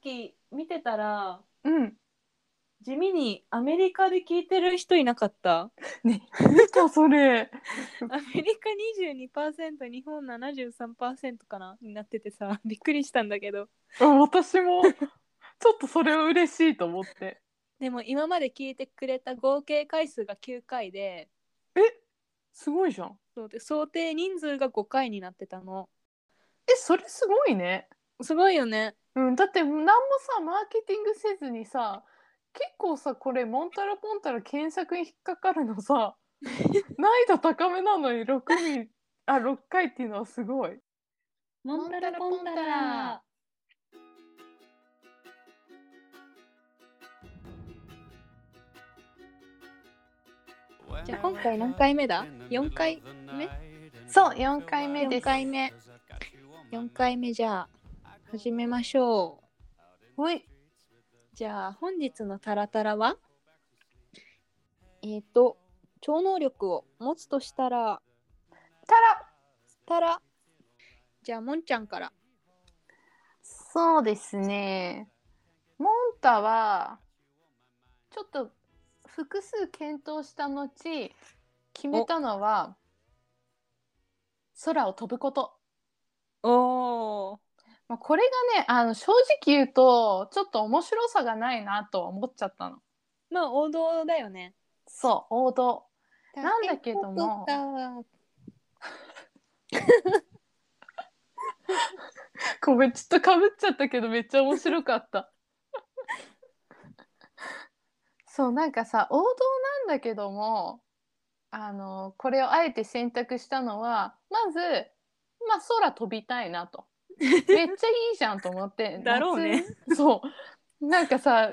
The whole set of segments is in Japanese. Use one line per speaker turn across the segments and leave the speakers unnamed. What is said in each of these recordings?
き見てたら
うん。
地味にアメリカで聞いてる人いなかった
ね、見たそれ。
アメリカ22%日本73%かなになっててさ びっくりしたんだけど
あ私も、ちょっとそれを嬉しいと思って。
でも今まで聞いてくれた合計回数が9回です
ごいじゃん。
そうで想定人数が5回になってたの
え、それすごいね。
すごいよね
うん、だって何もさマーケティングせずにさ結構さこれモンタラポンタラ検索に引っかかるの さ難易度高めなのに6人あ六回っていうのはすごい。
モ
ンタラポンタラ
じゃあ今回何回目だ ?4 回目
そう四回目です
4回目。
4
4
回
回
目
目
じ
じ
ゃ
ゃ
あ
あ
始
始
め
め
ま
ま
し
し
ょ
ょう。
はい。
じゃあ本日のタラタラはえっ、と超能力を持つとしたら
た
た
ら
らじゃあもんちゃんから
そうですねモンタはちょっと複数検討した後決めたのは空を飛ぶこと。
おお
まあ、これがねあの正直言うとちょっと面白さがないなとは思っちゃったの。
まあ王道だよね
そう王道なんだけどもごめんちょっとかぶっちゃったけどめっちゃ面白かった。 そうなんかさ王道なんだけどもあのこれをあえて選択したのはまず、まあ、空飛びたいな と。めっちゃいいじゃんと思って
だろうね
夏そうなんかさ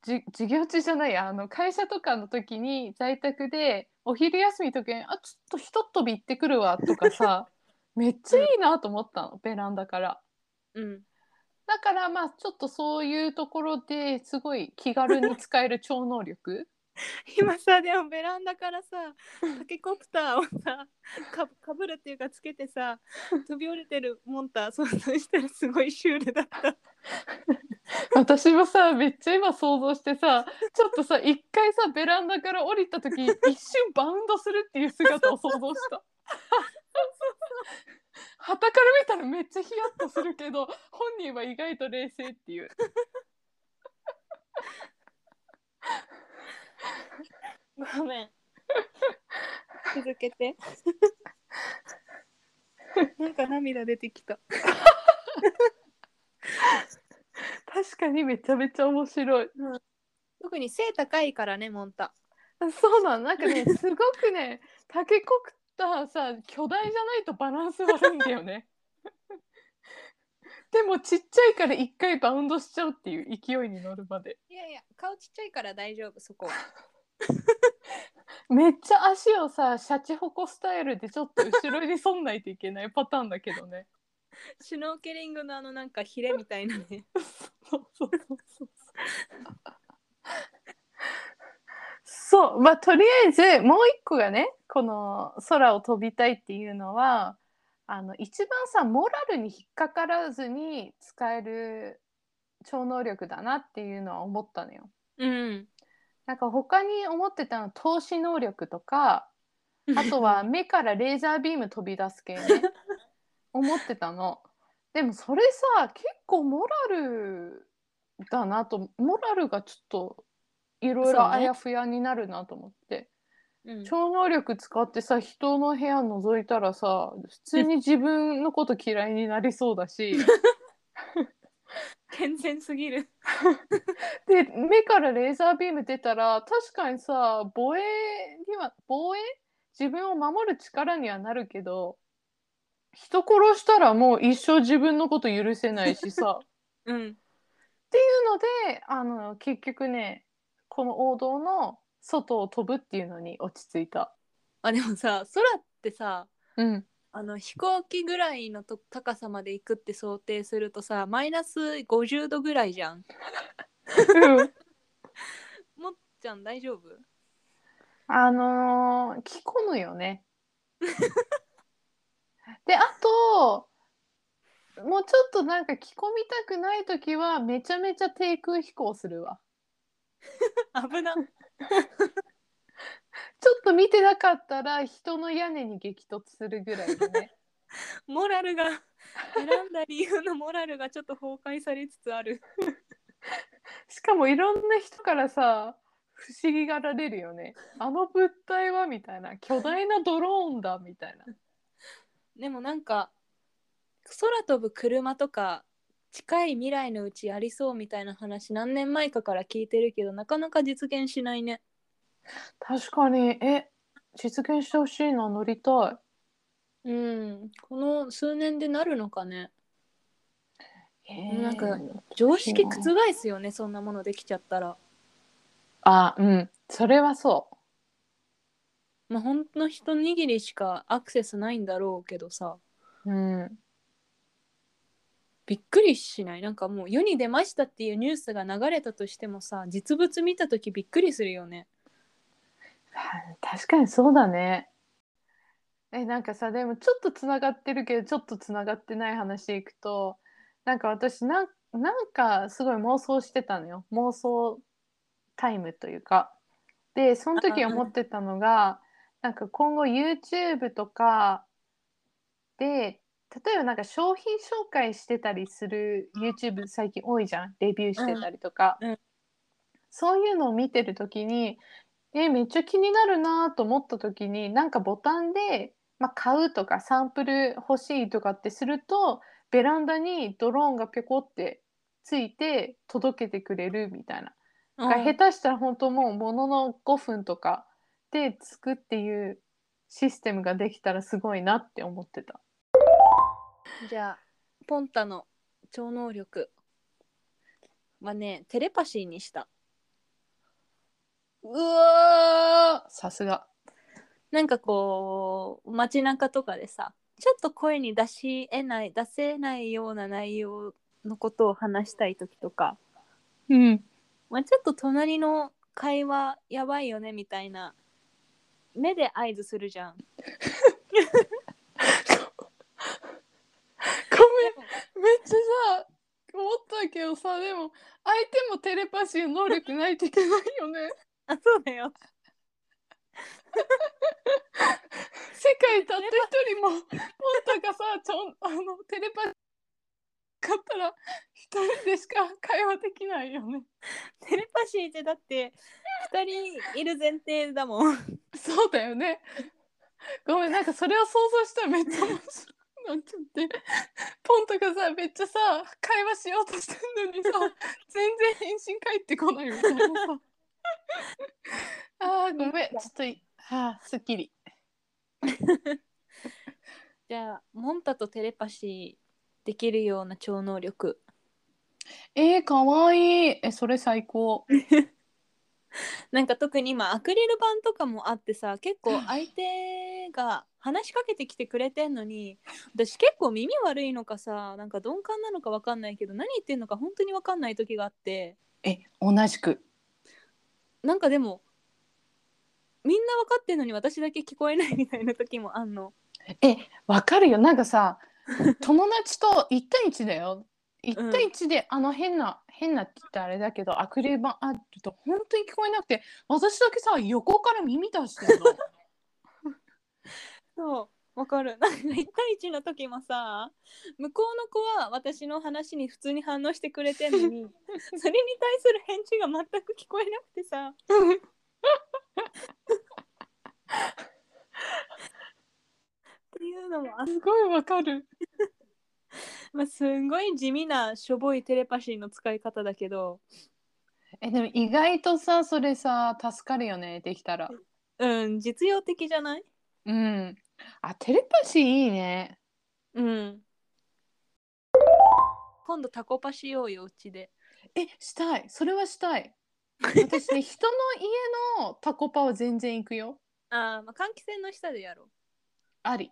じ授業中じゃないやあの会社とかの時に在宅でお昼休みとかに「あちょっとひとっ飛び行ってくるわ」とか さめっちゃいいなと思ったのベランダから。
うん
だからまあちょっとそういうところですごい気軽に使える超能力
今さでもベランダからさタケコプターをさかかぶるっていうかつけてさ飛び降りてるモンター想像したらすごいシュールだった
私もさめっちゃ今想像してさちょっとさ一回さベランダから降りた時一瞬バウンドするっていう姿を想像 した。はたから見たらめっちゃヒヤッとするけど本人は意外と冷静っていう。
ごめん続け てなんか涙出てきた
確かにめちゃめちゃ面白い。
特に背高いからねモンタ
そうなのなんかねすごくねタケコプターさ巨大じゃないとバランス悪いんだよね。 でもちっちゃいから一回バウンドしちゃうっていう勢いに乗るまで
いやいや顔ちっちゃいから大丈夫そこは
めっちゃ足をさシャチホコスタイルでちょっと後ろにそんないといけないパターンだけどね
シュノーケリングのあのなんかヒレみたいなね
そうそうそうそうそうまあとりあえずもう一個がねこの空を飛びたいっていうのはあの一番さモラルに引っかからずに使える超能力だなっていうのは思ったのよ。
うん
なんか他に思ってたのは透視能力とかあとは目からレーザービーム飛び出す系ね思ってたの。でもそれさ結構モラルだなとモラルがちょっといろい
そう
ろ
ね
あやふやになるなと思って、
うん
超能力使ってさ人の部屋覗いたらさ普通に自分のこと嫌いになりそうだし
健全すぎる
で目からレーザービーム出たら確かにさ防衛には防衛自分を守る力にはなるけど人殺したらもう一生自分のこと許せないし さっ
うん
ていうのであの結局ねこの王道の外を飛ぶっていうのに落ち着いた。
あでもさ空ってさ
うん、
あの飛行機ぐらいのと高さまで行くって想定するとさマイナス50度ぐらいじゃん
うん
もっちゃん大丈夫
あのー、着込むよね。で、あと、もうちょっとなんか着込みたくない時はめちゃめちゃ低空飛行するわ
危な
ちょっと見てなかったら人の屋根に激突するぐらいのね
モラルが 選んだ理由のモラルがちょっと崩壊されつつある
しかもいろんな人からさ不思議がられるよねあの物体はみたいな巨大なドローンだみたいな
でもなんか空飛ぶ車とか近い未来のうちありそうみたいな話何年前かから聞いてるけどなかなか実現しないね
確かにえ実現してほしいな乗りたい
うんこの数年でなるのかね
え
なんか常識覆すよねそんなものできちゃったら
あうんそれはそう
まあほんの一握りしかアクセスないんだろうけどさ
うん、
びっくりしないなんかもう世に出ましたっていうニュースが流れたとしてもさ実物見た時びっくりするよね
は確かにそうだね。えなんかさでもちょっとつながってるけどちょっとつながってない話でいくとなんか私なんなんかすごい妄想してたのよ妄想タイムというか。でその時
あうん
思ってたのがなんか今後 YouTube とかで例えばなんか商品紹介してたりする YouTube 最近多いじゃんレビューしてたりとか、
うんうん
そういうのを見てる時にえめっちゃ気になるなと思った時になんかボタンで、まあ、買うとかサンプル欲しいとかってするとベランダにドローンがぴょこってついて届けてくれるみたいな。
うん
が下手したら本当もうものの5分とかでつくっていうシステムができたらすごいなって思ってた。
じゃあポンタの超能力はねテレパシーにした
うわーさすが。
なんかこう街中とかでさちょっと声に出し得ない出せないような内容のことを話したい時とか、
うん。
まあ、ちょっと隣の会話やばいよねみたいな目で合図するじゃん。
ごめんめっちゃさ思ったけどさでも相手もテレパシーの能力ないといけないよ ね。
あそうだよ。
世界たった一人もポンタがさちょんあのテレパシー買ったら一人でしか会話できないよね。
テレパシーってだって2人いる前提だもん。
そうだよね。ごめん、なんかそれを想像したらめっちゃ面白いなっちゃって。ポンとかさ、めっちゃさ、会話しようとしてんのにさ、全然返信返ってこないみたいなさ。あー、ごめん、ちょっとい、はあ、すっきり。
じゃあモンタとテレパシーできるような超能力。
えー、かわいい。え、それ最高。
なんか特に今アクリル板とかもあってさ結構相手が話しかけてきてくれてんのに私結構耳悪いのかさなんか鈍感なのか分かんないけど何言ってんのか本当に分かんない時があって
え、同じく。
なんかでもみんな分かってんのに私だけ聞こえないみたいな時もあんの。
え、わかるよ。なんか さ、友達と1対1だよ。1対1であの変な、変なって言ったらあれだけど、アクリル板あると本当に聞こえなくて、私だけさ、横から耳出して るの。
そうわかる なんか1対1の時もさ向こうの子は私の話に普通に反応してくれてんの にそれに対する返事が全く聞こえなくてさっていうのもあ、
すごいわかる。
まあ、すんごい地味なしょぼいテレパシーの使い方だけど
え、でも意外とさ、それさ、助かるよね、できたら。
うん実用的じゃない
うん。あ、テレパシーいいね。
うん今度タコパしようようちで
え、したい。それはした い。私ね、人の家のタコパは全然行くよ。
あー、まあ換気扇の下でやろう
あり。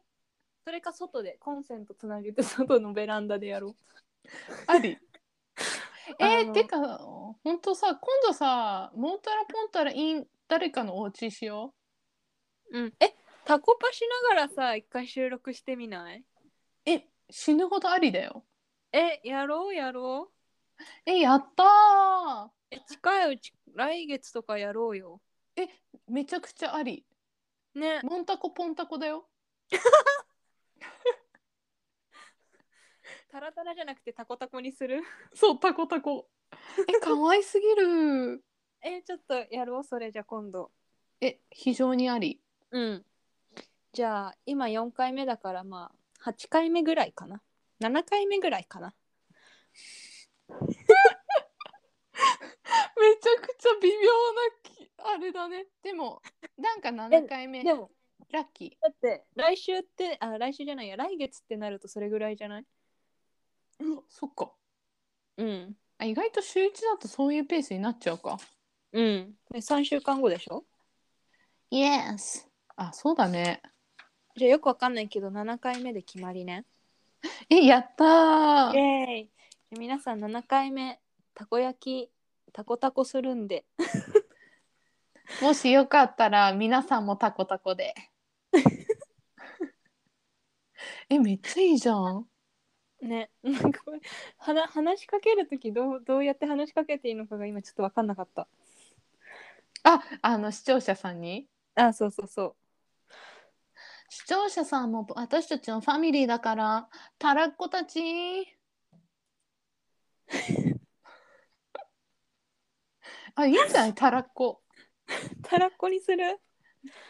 それか外でコンセントつなげて外のベランダでやろ
あ り。え
あ
ー、
の
てか本当さ今度さモンタラポンタライン誰かのお家しよ
う。うん、えタコパしながらさ一回収録してみないう
え死ぬほどありだよ
えやろうやろう
えやったー
え近いうち来月とかやろうよ
めちゃくちゃあり
ね
モンタコポンタコだよ
タラタラじゃなくてタコタコにする
そうタコタコえ可愛すぎる
えちょっとやろうそれじゃ今度
え非常にあり
うんじゃあ今4回目だからまあ8回目ぐらいかな7回目ぐらいかな
めちゃくちゃ微妙なきあれだねでもなんか7回目
でも
ラッキ
だって来週ってあ来週じゃないや来月ってなるとそれぐらいじゃない
ーうわそっか
うん
あ意外と週1だとそういうペースになっちゃうか
うんで3週間後でしょ
Yes あそうだね
じゃあよくわかんないけど7回目で決まりね
えやった
イエ
ー
ーイで皆さん7回目たこ焼きたこたこするんで
もしよかったら皆さんもタコタコで えめっちゃいいじゃん
ねなんかこれはな話しかける時どうどうやって話しかけていいのかが今ちょっとわかんなかった
ああの視聴者さんに
あそうそうそう
視聴者さんも私たちのファミリーだからたらっこたち あいいんじゃないたらっこ
たらっこにする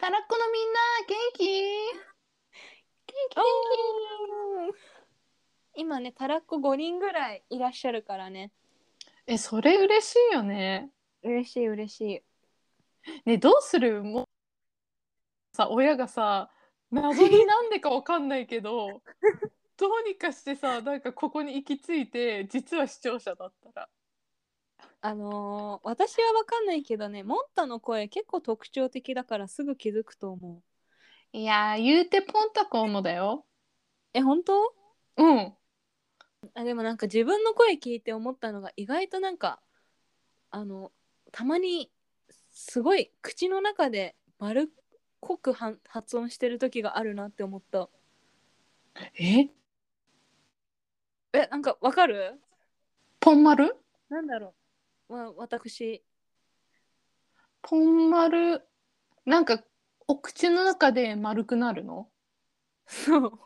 たらっこのみんな元
今ねたらっこ5人ぐらいいらっしゃるからね
気えそれ嬉しいよね
嬉しい嬉しい
ねどうするもうさ親がさ謎になんでかわかんないけど どうにかしてさなんかここに行き着いて実は視聴者だったら
あのー私はわかんないけどねモンタの声結構特徴的だからすぐ気づくと思う
いやー言うてポンタコもだよ
え本当
うん
あでもなんか自分の声聞いて思ったのが意外となんかあのたまにすごい口の中で丸っこくはん発音してる時があるなって思った
え
えなんかわかる
ポン丸
なんだろうわ私
ポン丸なんかお口の中で丸くなるの
そう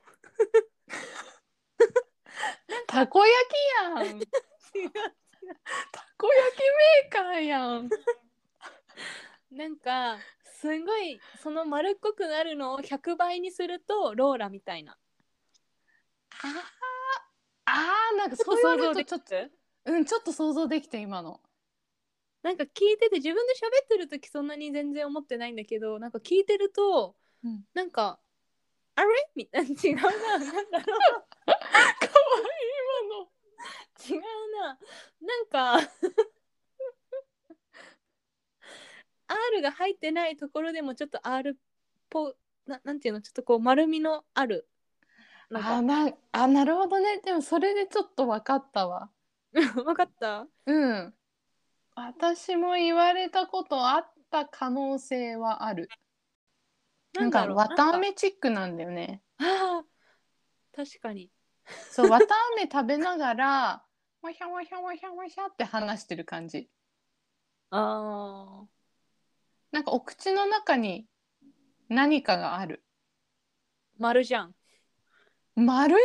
たこ焼 きや
違
んた
う
こ焼きメーカーやん
なんかすんごいその丸っこくなるのを100倍にするとローラみたいな
あーあーなんかそう言われるとちょっとうんちょっと想像できて今の
なんか聞いてて自分で喋ってる時そんなに全然思ってないんだけどなんか聞いてると、
うん
なんかあれ みたいな違うななんだろう
かわい
違うななんか R が入ってないところでもちょっと R っぽななんていうのちょっとこう丸みのあるなん
あ
か
なあなるほどねでもそれでちょっと分かったわ
分かった
うん私も言われたことあった可能性はあるなんか
わ
綿あめチックなんだよね
あー確かに
そう綿あめ食べながら わしゃわしゃわしゃわしゃって話してる感じ
あー
なんかお口の中に何かがある
丸じゃん
丸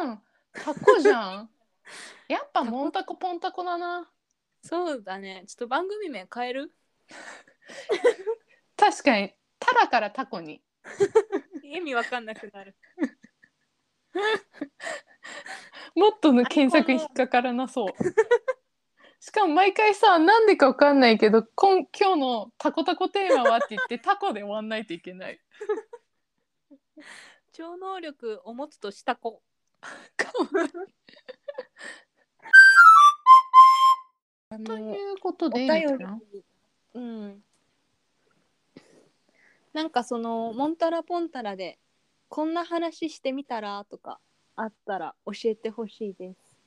じゃんタコじゃん やっぱモンタコポンタコだな
そうだねちょっと番組名変える
確かにタラからタコに
意味わかんなくなる。
もっとの検索に引っかからなそうしかも毎回さなんでかわかんないけど今今日のタコタコテーマはって言 ってタコで終わんないといけない
超能力を持つとした子。
ということでいい
お便り
のかな
うん。なんかそのモンタラポンタラでこんな話してみたらとかあったら教えてほしいです。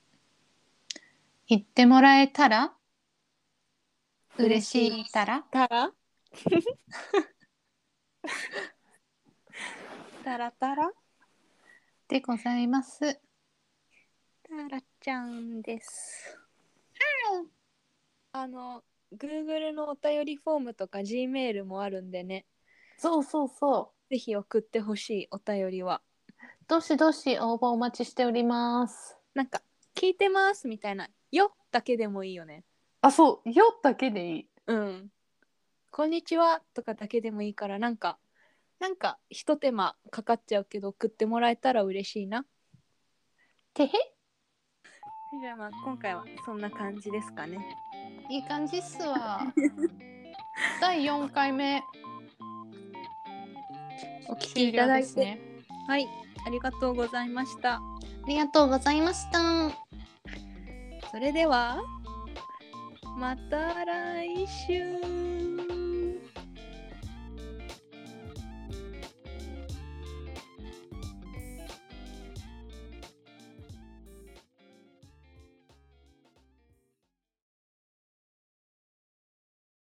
言ってもらえたら嬉しいたら
た らたらたら
でございます
たらっちゃんです。あの、Google のお便りフォームとか G メールもあるんでね、
そうそうそ
ぜひ送ってほしいお便りは。
う。どしどし応募お待ちしております。
なんか、聞いてますみたいな、よだけでもいいよね。
あ、そう。よだけでいい。
うん。こんにちはとかだけでもいいから、なんか、なんか、ひと手間かかっちゃうけど、送ってもらえたら嬉しいな。
てへ。
じゃあまあ、今回はそんな感じですかね。
いい感じっす わ。第4回目。
お聞きいただい
終了です
て、
ね。
はい、ありがとうございました。
ありがとうございました。
それではまた来週